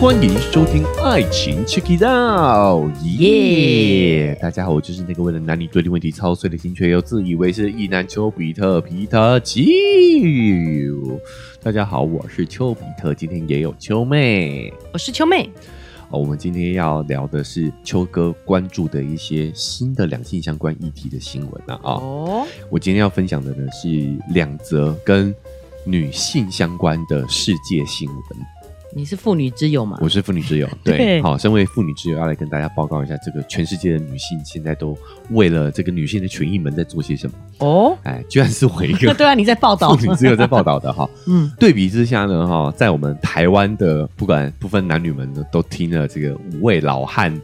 欢迎收听《爱情 Check It Out》，耶！大家好，我就是那个为了男女对立问题操碎了心却又自以为是意男丘比特皮特丘。大家好，我是丘比特，今天也有丘妹。我是秋妹。哦，我们今天要聊的是秋哥关注的一些新的两性相关议题的新闻啊啊、哦，我今天要分享的呢是两则跟女性相关的世界新闻。你是妇女之友吗？我是妇女 之友，对对，好，身为妇女之友，要来跟大家报告一下，这个全世界的女性现在都为了这个女性的权益们在做些什么。哦，哎，居然是我一个 对啊，你在 报道妇。女之友在报道的哈。嗯，对比之下呢，哈，在我们台湾的不管不分男女们呢，都听了这个五位老汉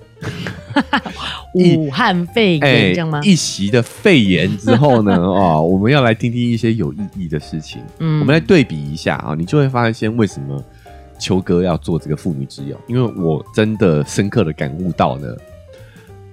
一哎武汉肺炎这样吗？一席的肺炎之后呢， 哦，我们要来听听一些有意义的事情。嗯我们来对比一下啊，你就会发现为什么秋哥要做这个妇女之友，因为我真的深刻的感悟到呢，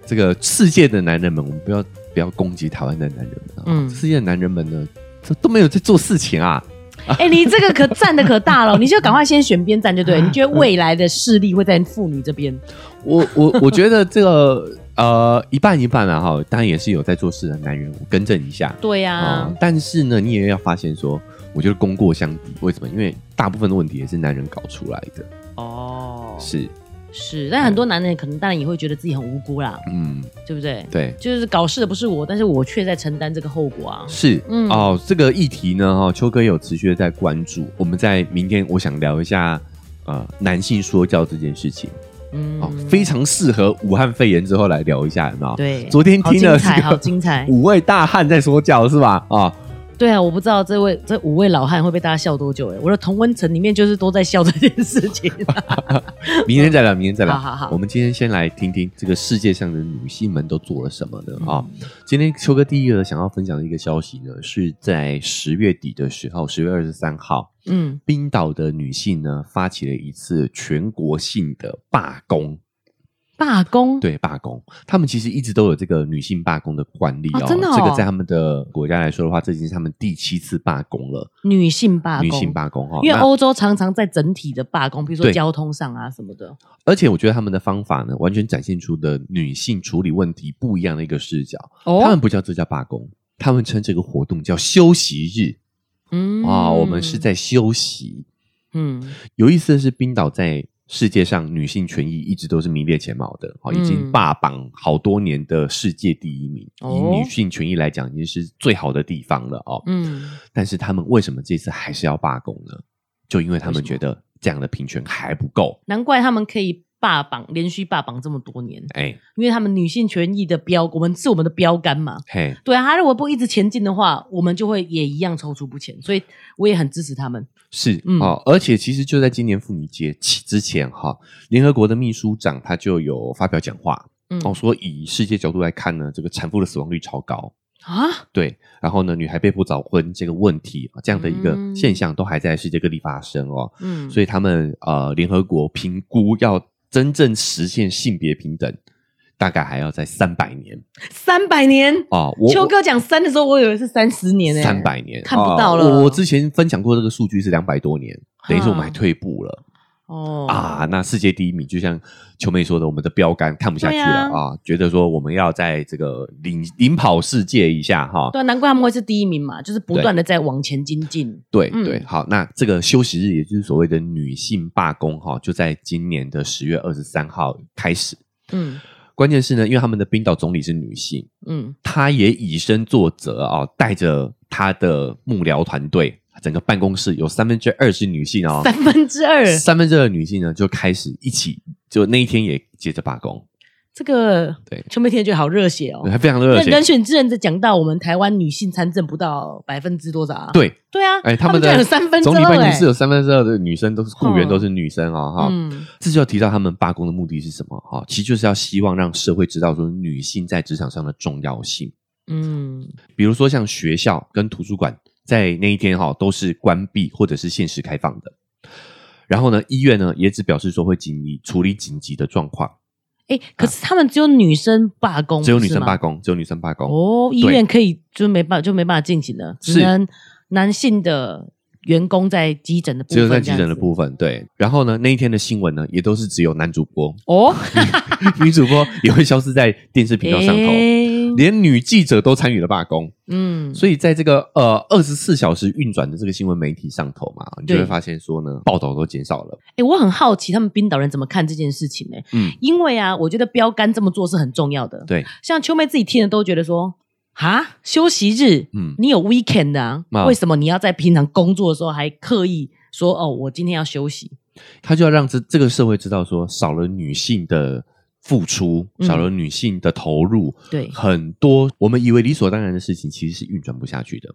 这个世界的男人们，我们不要不要攻击台湾的男人们啊，嗯世界的男人们呢，这都没有在做事情啊，哎、你这个可站的可 大了，你就赶快先选边站就对了。嗯你觉得未来的势力会在妇女这边？我我 我觉得这个呃一半一半啊哈，当然也是有在做事的男人，我更正一下，对呀、啊、但是呢，你也要发现说，我觉得功过相抵，为什么？因为大部分的问题也是男人搞出来的，哦，是，是，但很多男人可能当然也会觉得自己很无辜啦，嗯，对不对？对，就是搞事的不是我，但是我却在承担这个后果啊。是，嗯哦，这个议题呢，哈、哦，秋哥也有持续的在关注。我们在明天，我想聊一下。呃，男性说教这件事情嗯，哦，非常适合武汉肺炎之后来聊一下，有没有？对。昨天好听精了这彩，好个精彩！五位大汉在说教是吧？啊、对啊，我不知道这位这五位老汉会被大家笑多久哎、我的同温层里面就是都在笑这件事 情。明天再聊，明天再聊。好好好我们今天先来听听这个世界上的女性们都做了什么呢？嗯啊、今天秋哥第一个想要分享的一个消息呢，是在十月底的时候，十月二十三号，嗯，冰岛的女性呢发起了一次全国性的罢工。罢工，对，罢工，他们其实一直都有这个女性罢工的惯例啊真的哦这个在他们的国家来说的话，这已经是他们第七次罢工了，女性罢工，女性罢工哈。哦因为那欧洲常常在整体的罢工，比如说对交通上啊什么的。而且我觉得他们的方法呢，完全展现出的女性处理问题不一样的一个视角。哦他们，不叫这叫罢工，他们称这个活动叫休息日嗯啊、我们是，在休息。嗯有意思的是，冰岛在世界上女性权益一直都是名列前茅的，啊、已经嗯霸榜好多年的世界第一名。哦以女性权益来讲，已经是最好的地方了哦。嗯，但是他们为什么这次还是要罢工呢？就因为他们觉得这样的平权还不够。难怪他们可以霸榜，连续霸榜这么多年，哎因为他们女性权益的标，我们是我们的标杆嘛。嘿，对啊，他如果不一直前进的话，我们就会也一样踌躇不前，所以我也很支持他们。是嗯哦，而且其实就在今年妇女节起之前哈、联合国的秘书长他就有发表讲话，嗯哦，说以世界角度来看呢，这个产妇的死亡率超高，啊，对，然后呢，女孩被迫早婚这个问题啊，这样的一个嗯现象都还在世界各地发生哦，嗯，所以他们呃，联合国评估要真正实现性别平等，大概还要在三百年三百年，哦，我秋哥讲三的时候，我以为是三十年呢、欸三百年看不到了哦我我之前分享过这个数据是两百多年，等于是我们还哈退步了。哦，啊，那世界第一名，就像秋妹说的，我们的标杆看不下去了对啊觉得说我们要在这个领领跑世界一下哈。对啊，难怪他们会是第一名嘛，就是不断的在往前精进。对嗯对，好，那这个休息日，也就是所谓的女性罢工哈，就在今年的十月二十三号开始。嗯关键是呢，因为他们的冰岛总理是女性，嗯，她也以身作则啊，带着她的幕僚团队，整个办公室有三分之二是女性哦，三分之二，三分之二的女性呢就开始一起，就那一天也接着罢工，这个对邱美天觉得好热血哦。还非常 的热那血。人选之人在讲到我们台湾女性参政不到百分之多少啊？对，对啊，哎，他们居然的有三分之总理办二公哎室，有三分之二的女生都是雇员，嗯都是女生啊，哈。嗯这就要提到他们罢工的目的是什么哈？其实就是要希望让社会知道说女性在职场上的重要性。嗯比如说像学校跟图书馆在那一天哈都是关闭或者是限时开放的。然后呢，医院呢也只表示说会紧急处理紧急的状况，哎，可是他们只有女生罢工，只有女生罢工工，只有女生罢工。哦哦，医院可以就没办就没办法进行了，是只能男性的员工在急诊的部分，只有在急诊这的样子部分，对。然后呢，那一天的新闻呢，也都是只有男主播、 哦，女主播也会消失在电视频道上头，诶连女记者都参与了罢工。嗯，所以在这个呃二十四小时运转的这个新闻媒体上头嘛，你就会对发现说呢，报道都减少了。哎、我很好奇他们冰岛人怎么看这件事情呢、嗯，因为啊，我觉得标杆这么做是很重要的。对，像秋妹自己听了都觉得说，啊，休息日，嗯你有 weekend 啊，啊为什么你要在平常工作的时候还刻意说，哦，我今天要休息？他就要让这这个社会知道说，少了女性的付出，嗯少了女性的投入，对，很多我们以为理所当然的事情，其实是运转不下去的。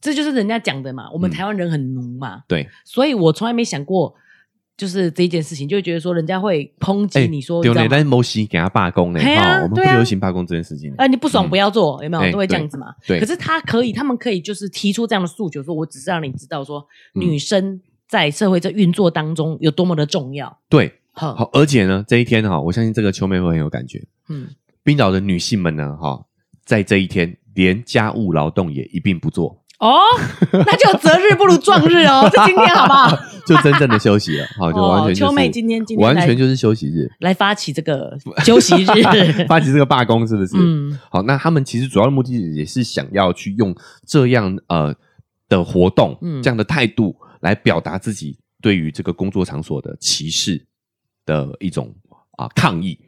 这就是人家讲的嘛，我们嗯台湾人很奴嘛，对，所以我从来没想过。就是这一件事情，就会觉得说人家会抨击你说，丢你知道呢，吗但是某西给他罢工呢，嘿啊哦我们不对啊流行罢工这件事情。呃，你不爽嗯不要做，有没哎有？都会这对样子嘛。对可是他可以，他们可以就是提出这样的诉求，说我只是让你知道说，嗯女生在社会这运作当中有多么的重要。对，好，好，而且呢，这一天哈，我相信这个秋妹会很有感觉。嗯，冰岛的女性们呢，哈，在这一天连家务劳动也一并不做，哦，那就择日不如撞日哦，这今天好不好？就真正的休息了， 好，就完全就哦、秋妹是今天今天完来全就是休息日，来发起这个休息日， 发起这个罢工是不是？嗯，好，那他们其实主要的目的也是想要去用这样呃的活动，嗯这样的态度来表达自己对于这个工作场所的歧视的一种啊、抗议。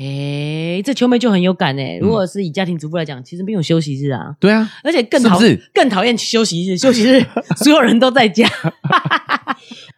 哎，这秋妹就很有感哎。如嗯果是以家庭主妇来讲，其实没有休息日啊。对啊，而且更讨是不是更讨厌休息日，休 息日所有人都在家，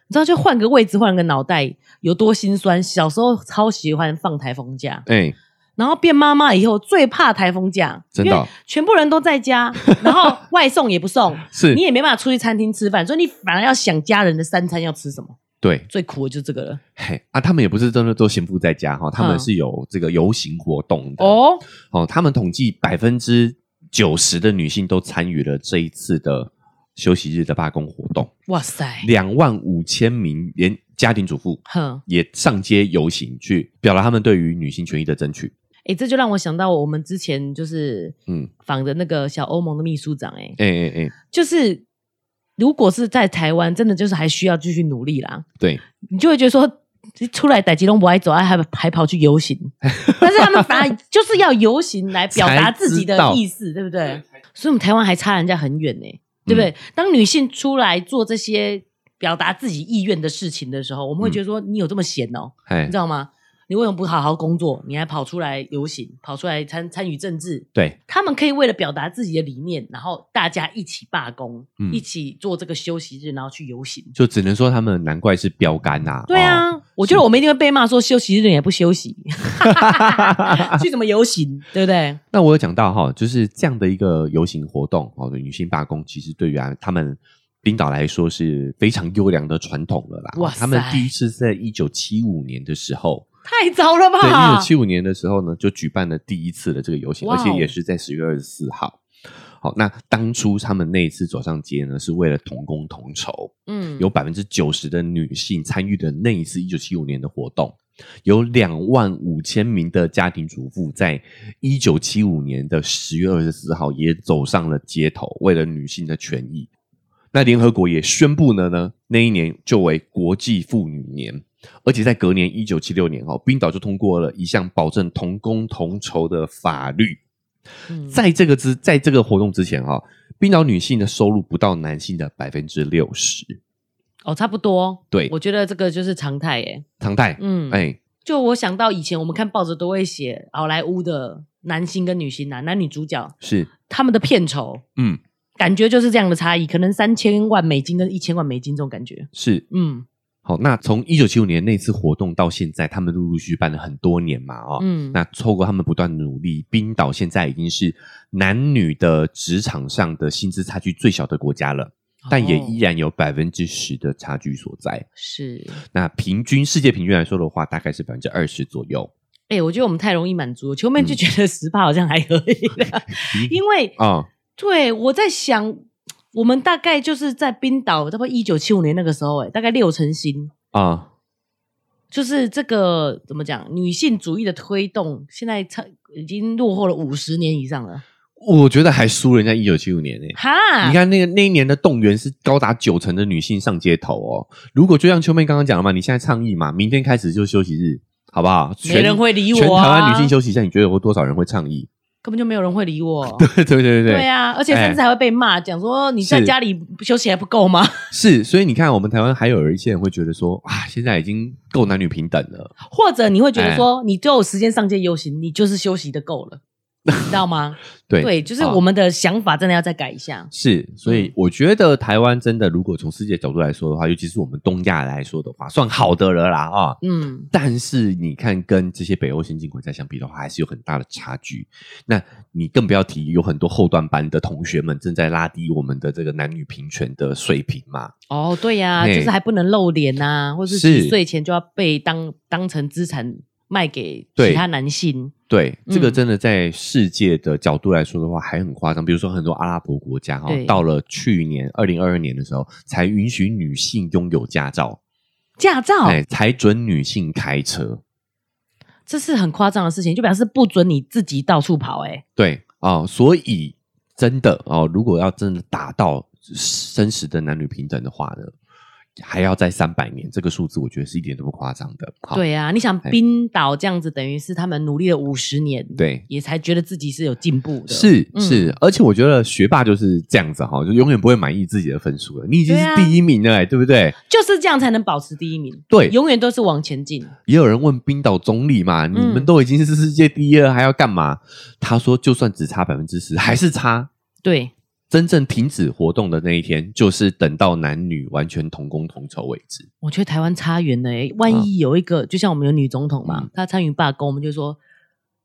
你知道就换个位置，换个脑袋有多心酸。小时候超喜欢放台风假，哎、然后变妈妈以后最怕台风假，真的哦因为全部人都 在家，然后外送也不送，是你也没办法出去餐厅吃饭，所以你反而要想家人的三餐要吃什么。对，最苦的就是这个了嘿啊，他们也不是真的都闲赋在家哈、他们嗯是有这个游行活动的哦，哦，他们统计百分之九十的女性都参与了这一次的休息日的罢工活动，哇塞，两万五千名连家庭主妇哼，也上街游行，去表达他们对于女性权益的争取。哎，这就让我想到我们之前就是嗯，访的那个小欧盟的秘书长，哎，哎哎哎，就是如果是在台湾，真的就是还需要继续努力啦。对，你就会觉得说，出来逮吉隆不爱走，还还还跑去游行，但是他们反而就是要游行来表达自己的意思，对不对？所以我们台湾还差人家很远呢、对不对？当女性出来做这些表达自己意愿的事情的时候，我们会觉得说，你有这么闲哦、哎你知，道吗？你为什么不好好工作？你还跑出来游行，跑出来参参与政治，对，他们可以为了表达自己的理念，然后大家一起罢工，嗯一起做这个休息日，然后去游行。就只能说他们难怪是标杆呐、对哦，啊，我觉得我们一定会被骂说休息日你也不 休息，去怎么游行，对不 对？那我有讲到哈、就是这样的一个游行活动哦，女性罢工，其实对于啊他们。冰岛来说是非常优良的传统了啦。哇哦他们塞第一次是在一九七五年的时候，太早了对，一吧九？七五年的时候呢，就举办了第一次的这个游行，哇而哦且也是在十月二十四号。好，那当初他们那一次走上街呢，是为了同工同酬，嗯有百分之九十的女性参与的那一次一九七五年的活动，有两万五千名的家庭主妇在一九七五年的十月二十四号也走上了街头，为了女性的权益。那联合国也宣布了呢，那一年就为国际妇女年，而且在隔年一九七六年哦，冰岛就通过了一项保证同工同酬的法律。嗯在这个之在这个活动之前哈、哦冰岛女性的收入不到男性的百分之六十，哦，差不多。对我觉得这个就是常态耶。常态。嗯，哎、就我想到以前我们看报纸都会写好莱坞的男星跟女星男男女主角是，他们的片酬，嗯，感觉就是这样的差异，可能三千万美金跟一千万美金这种感觉。是。嗯好，那从一九七五年那次活动到现在，他们陆陆续续办了很多年嘛，哦，嗯，那透过他们不断的努力，冰岛现在已经是男女的职场上的薪资差距最小的国家了，但也哦依然有百分之十的差距所在。是，那平均世界平均来说的话，大概是百分之二十左右。哎、我觉得我们太容易满足了，球妹就觉得十趴好像还可以 啦因为嗯啊、对我在想，我们大概就是在冰岛，差不多一九七五年那个时候、哎，大概六成新，啊、就是这个怎么讲，女性主义的推动，现在差已经落后了五十年以上了。我觉得还输人家一九七五年呢、哈，你看那个那一年的动员是高达九成的女性上街头哦。如果就像秋妹刚刚讲的嘛，你现在倡议嘛，明天开始就休息日，好不好？没全人会理我、全啊，台湾女性休息一下，你觉得有多少人会倡议？ 根本就没有人会理我。对对对对对啊，而且甚至还会被骂，讲说你在是家里休息还不够吗？是。所以你看，我们台湾还有一些人会觉得说啊，现在已经够男女平等了。或者你会哎觉得说，你都有时间上街游行，你就是休息的 够了，你知道吗？对哦对，就是好我们的想法真的要再改一下。是，所以我觉得台湾真的，如果从世界角度来说的话，尤其是我们东亚来说的话，算好的了啦啊。嗯，但是你看，跟这些北欧先进国家相比的话，还是有很大的差距。那你更不要提有很多后段班的同学们正在拉低我们的这个男女平权的水平嘛？哦，对嗯呀、嘿就是还不能露脸呐、或是是几岁前就要被当当成资产卖给对其他男性。对，嗯这个真的在世界的角度来说的话，还很夸张。比如说很多阿拉伯国家哈、对到了去年二零二二年的时候，才允许女性拥有驾照，驾照，哎、才准女性开车。这是很夸张的事情，就表示不准你自己到处跑、哎，对哦，所以真的哦，如果要真的达到真实的男女平等的话呢，还要在三百年，这个数字我觉得是一点都不夸张的。好对啊，你想哎冰岛这样子，等于是他们努力了五十年，，对。也才觉得自己是有进步的。是嗯是，而且我觉得学霸就是这样子哈，就永远不会满意自己的分数了。你已经对是啊第一名了、哎对不对？就是这样才能保持第一名，对永远都是往前进。也有人问冰岛总理嘛，你嗯们都已经是世界第一了，还要干嘛？他说，就算只差百分之十，还是差。对，真正停止活动的那一天，就是等到男女完全同工同酬为止。我觉得台湾差远了、欸。万一有一个，就像我们有女总统嘛嗯，她参与罢工，我们就说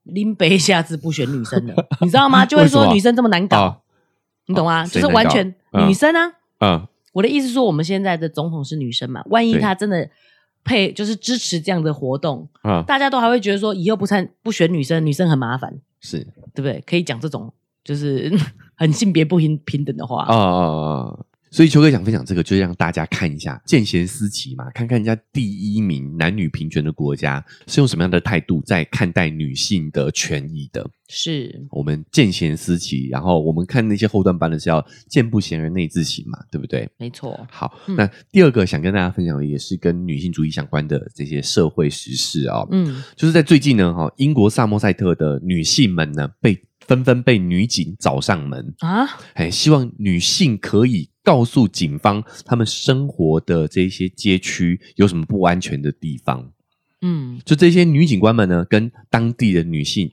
林北下次不选 女生了，你知道吗？就会为什说么女生这么难搞，啊你懂吗？哦就谁是难搞完全嗯女生啊。嗯，我的意思是说，我们现在的总统是女生嘛，万一对她真的配就是支持这样的活动，啊，大家都还会觉得说以后不参不选女生，女生很麻烦，是对不对？可以讲这种就是 很性别不平平等的话啊啊啊！所以秋哥想分享这个，就是让大家看一下见贤思齐嘛，看看人家第一名男女平权的国家是用什么样的态度在看待女性的权益的。是。我们见贤思齐，然后我们看那些后段班的是要见不贤而内自省嘛，对不对？没错，好，嗯那第二个想跟大家分享的也是跟女性主义相关的这些社会时事啊、哦，嗯，就是在最近呢，哈，英国萨默塞特的女性们呢被纷纷被女警找上门，啊，哎，希望女性可以告诉警方，她们生活的这些街区有什么不安全的地方。嗯，就这些女警官们呢，跟当地的女性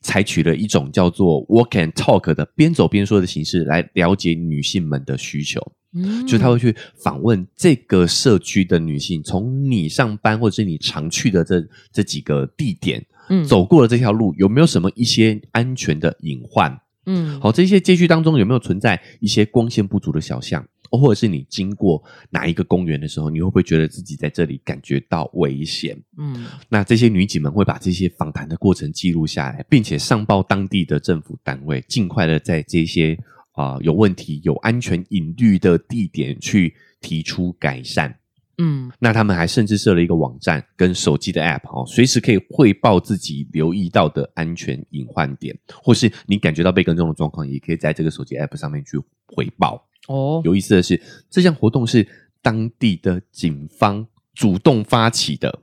采取了一种叫做 “walk and talk” 的边走边说的形式，来了解女性们的需求。嗯就她会去访问这个社区的女性，从你上班或者是你常去的这这几个地点，嗯走过了这条路，有没有什么一些安全的隐患？嗯，好，这些街区当中有没有存在一些光线不足的小巷，哦或者是你经过哪一个公园的时候，你会不会觉得自己在这里感觉到危险？嗯，那这些女警们会把这些访谈的过程记录下来，并且上报当地的政府单位，尽快的在这些啊、有问题、有安全隐虑的地点去提出改善。嗯，那他们还甚至设了一个网站跟手机的 App 哦，随时可以汇报自己留意到的安全隐患点，或是你感觉到被跟踪的状况，也可以在这个手机 App 上面去回报。哦，有意思的是，这项活动是当地的警方主动发起的。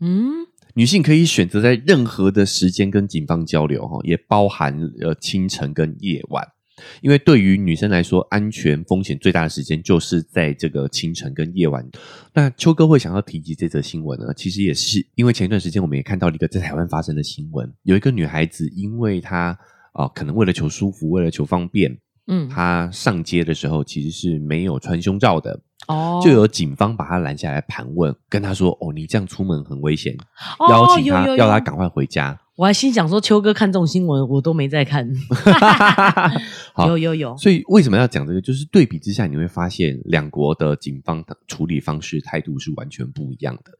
嗯，女性可以选择在任何的时间跟警方交流，哈，也包含呃清晨跟夜晚，因为对于女生来说，安全风险最大的时间就是在这个清晨跟夜晚。那秋哥会想要提及这则新闻呢，其实也是因为前一段时间我们也看到了一个在台湾发生的新闻，有一个女孩子因为她啊、可能为了求舒服，为了求方便，嗯，她上街的时候其实是没有穿胸罩的，哦，就有警方把她拦下来盘问，跟她说：“哦，你这样出门很危险。”哦邀请他，有有有要他赶快回 家。我还心想说，秋哥看这种新闻，我都没在看。 好有有有，所以为什么要讲这个？就是对比之下，你会发现两国的警方的处理方式、态度是完全不一样的。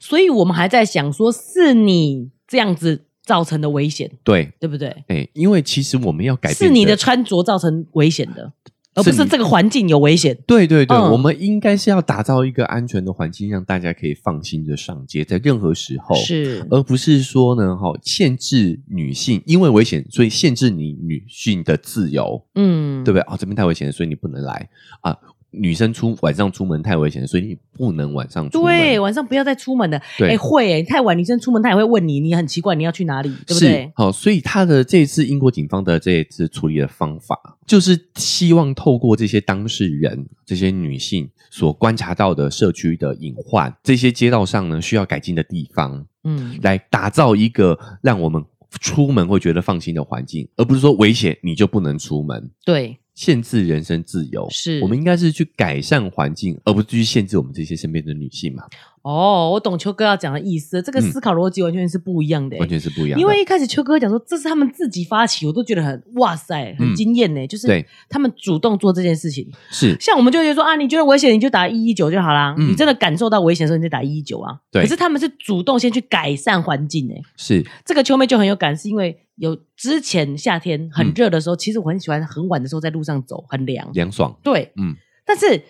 所以我们还在想说，是你这样子造成的危险，对，对不对？哎、因为其实我们要改变，是你的穿着造成危险的，而不是是你这个环境有危险。对对对，嗯我们应该是要打造一个安全的环境，让大家可以放心的上街，在任何时候，是，而不是说呢，哈，限制女性因为危险，所以限制你女性的自由，嗯，对不对？哦，这边太危险了，所以你不能来啊。女生出晚上出门太危险了，所以你不能晚上出门。对，晚上不要再出门了。对哎，会哎，太晚女生出门，她也会问你，你很奇怪，你要去哪里，对不是对？好、所以他的这一次英国警方的这一次处理的方法，就是希望透过这些当事人、这些女性所观察到的社区的隐患，这些街道上呢需要改进的地方，嗯，来打造一个让我们出门会觉得放心的环境，而不是说危险你就不能出门，对，限制人身自由。是哦我们应该是去改善环境，而不是去限制我们这些身边的女性嘛，哦，我懂秋哥要讲的意思，这个嗯思考逻辑完全是不一样的欸。完全是不一样的。因为一开始秋哥讲说这是他们自己发起，我都觉得很哇塞，很嗯惊艳呢。就是对他们主动做这件事情，是像我们就会觉得说啊，你觉得危险你就打一一九就好啦。嗯你真的感受到危险的时候你就打一一九啊。对可是他们是主动先去改善环境诶。是，这个秋妹就很有感，是因为有之前夏天很嗯热的时候，其实我很喜欢很晚的时候在路上走，很凉。凉爽，对，嗯。但是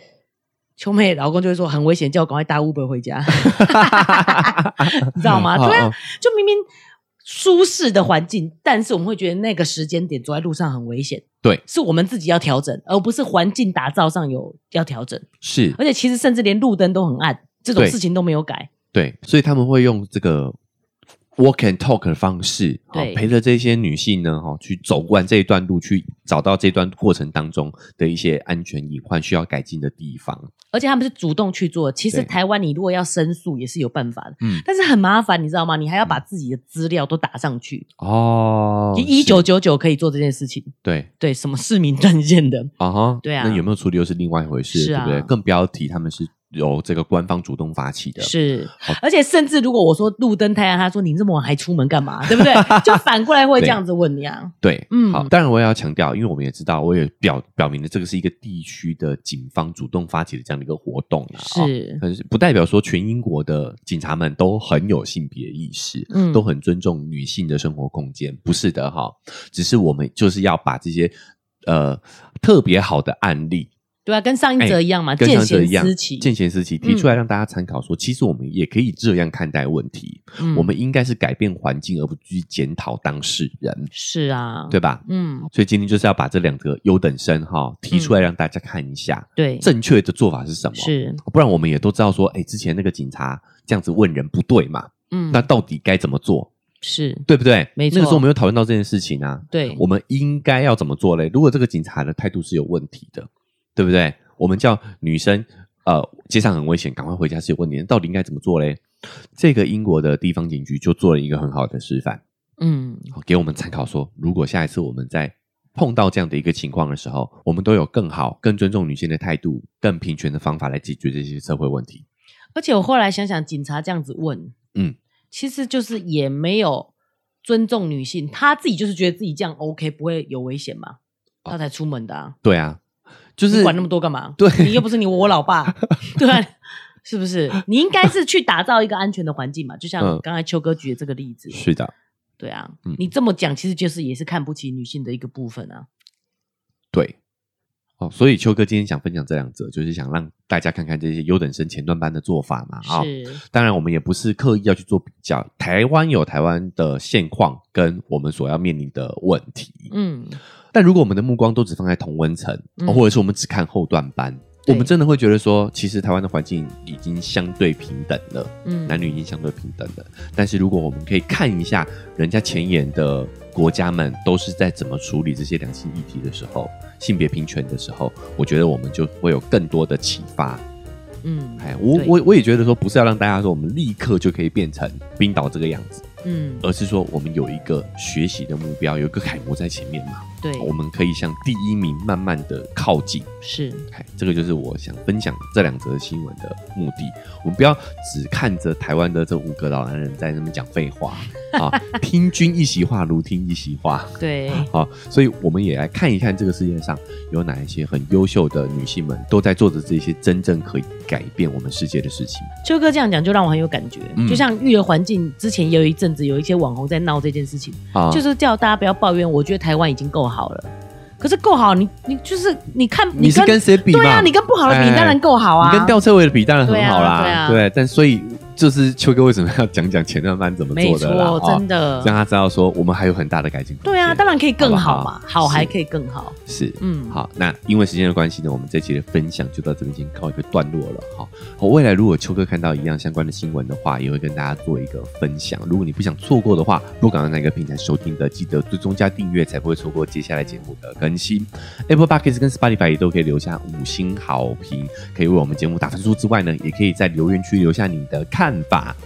秋妹老公就会说很危险，叫我赶快搭 Uber 回家， 你知道吗？嗯对啊嗯，就明明舒适的环境，但是我们会觉得那个时间点走在路上很危险。对，是我们自己要调整，而不是环境打造上有要调整。是而且其实甚至连路灯都很暗，这种对事情都没有改。对，所以他们会用这个 walk and talk 的方式，好对陪着这些女性呢，哈，去走完这一段路，去找到这段过程当中的一些安全隐患需要改进的地方。而且他们是主动去做。其实对台湾你如果要申诉也是有办法的，嗯但是很麻烦，你知道吗？你还要把自己的资料都打上去。哦一九九九可以做这件事情，对对，什么市民战线的，啊哈，对啊那有没有处理又是另外一回事，是啊对不对？更不要提他们是由这个官方主动发起的，是，而且甚至如果我说路灯太暗，他说你这么晚还出门干嘛，对 不对？就反过来会这样子问你啊，对，嗯好，当然我也要强调，因为我们也知道，我也表表明了这个是一个地区的警方主动发起的这样的一个活动啦，哦是，但是不代表说全英国的警察们都很有性别意识，嗯都很尊重女性的生活空间，不是的哈。只是我们就是要把这些呃特别好的案例，对啊，跟上一则一样嘛，哎跟见上这贤一样思齐，，见贤思齐提出来让大家参考说，其实我们也可以这样看待问题，嗯我们应该是改变环境，而不去检讨当事人，是啊，对，吧？嗯，所以今天就是要把这两个优等生哈提出来让大家看一下，对，正确的做法是什么？嗯是，不然我们也都知道说，哎、之前那个警察这样子问人不对嘛，嗯那，到底该怎么做，是，对不对？没错那个时候我们有讨论到这件事情啊，对，我们应该要怎么做嘞？如果这个警察的态度是有问题的，对不对？我们叫女生，呃，街上很危险，赶快回家是有问题的，到底应该怎么做嘞？这个英国的地方警局就做了一个很好的示范，嗯，好给我们参考说，如果下一次我们在碰到这样的一个情况的时候，我们都有更好、更尊重女性的态度、更平权的方法来解决这些社会问题。而且我后来想想，警察这样子问，嗯，其实就是也没有尊重女性，他自己就是觉得自己这样 OK，不会有危险嘛，哦他才出门的、啊，对啊，就你是管那么多干嘛？ 对你又不是你我 老爸，对啊，是不是？你应该是去打造一个安全的环境嘛，就像嗯刚才秋哥举的这个例子，是的，对啊，嗯你这么讲其实就是也是看不起女性的一个部分啊，对。哦，所以秋哥今天想分享这两则，就是想让大家看看这些优等生前段班的做法嘛。啊、是，当然我们也不是刻意要去做比较，台湾有台湾的现况跟我们所要面临的问题。嗯，但如果我们的目光都只放在同温层，嗯哦或者是我们只看后段班，对我们真的会觉得说，其实台湾的环境已经相对平等了，嗯，男女已经相对平等了。但是如果我们可以看一下人家前沿的国家们都是在怎么处理这些两性议题的时候，性别平权的时候，我觉得我们就会有更多的启发。嗯，哎，我对我我也觉得说，不是要让大家说我们立刻就可以变成冰岛这个样子，嗯，而是说我们有一个学习的目标，有一个楷模在前面嘛。对，我们可以向第一名慢慢的靠近。是，哎，这个就是我想分享这两则新闻的目的。我们不要只看着台湾的这五个老男人在那边讲废话啊，听君一席话，如听一席话对，啊。所以我们也来看一看这个世界上有哪一些很优秀的女性们都在做着这些真正可以改变我们世界的事情。秋哥这样讲就让我很有感觉，嗯就像育儿环境之前也有一阵子有一些网红在闹这件事情，啊，就是叫大家不要抱怨，我觉得台湾已经够好了。可是够好，你你就是你看你是跟谁比嘛？对啊，你跟不好的比，哎你当然够好啊。你跟吊车尾的比当然很好对啦，啊对对但所以就是秋哥为什么要讲讲前段班怎么没做的啦？错，哦真的。让他知道说我们还有很大的改进空间。对啊，当然可以更好好嘛，不好好还是可以更好。是。嗯，好，那因为时间的关系呢，我们这期的分享就到这边先告一个段落了。好，好未来如果秋哥看到一样相关的新闻的话，也会跟大家做一个分享。如果你不想错过的话，不管在哪个平台收听的，记得追踪加订阅，才不会错过接下来节目的更新。Apple Podcast 跟 Spotify 也都可以留下五星好评，可以为我们节目打分数之外呢，也可以在留言区留下你的看法。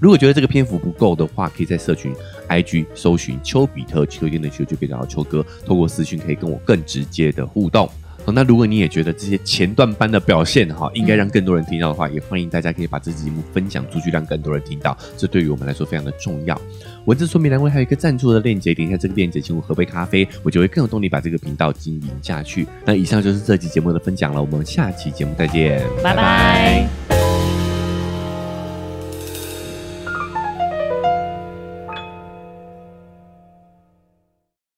如果觉得这个篇幅不够的话，可以在社群 IG 搜寻丘比特秋天的秋就可以找到秋哥，透过私讯可以跟我更直接的互动。好，那如果你也觉得这些前段班的表现哈，嗯应该让更多人听到的话，也欢迎大家可以把这期节目分享出去，让更多人听到，这对于我们来说非常的重要。文字说明栏位还有一个赞助的链接，点一下这个链接，请我喝杯咖啡，我就会更有动力把这个频道经营下去。那以上就是这期节目的分享了，我们下期节目再见，拜拜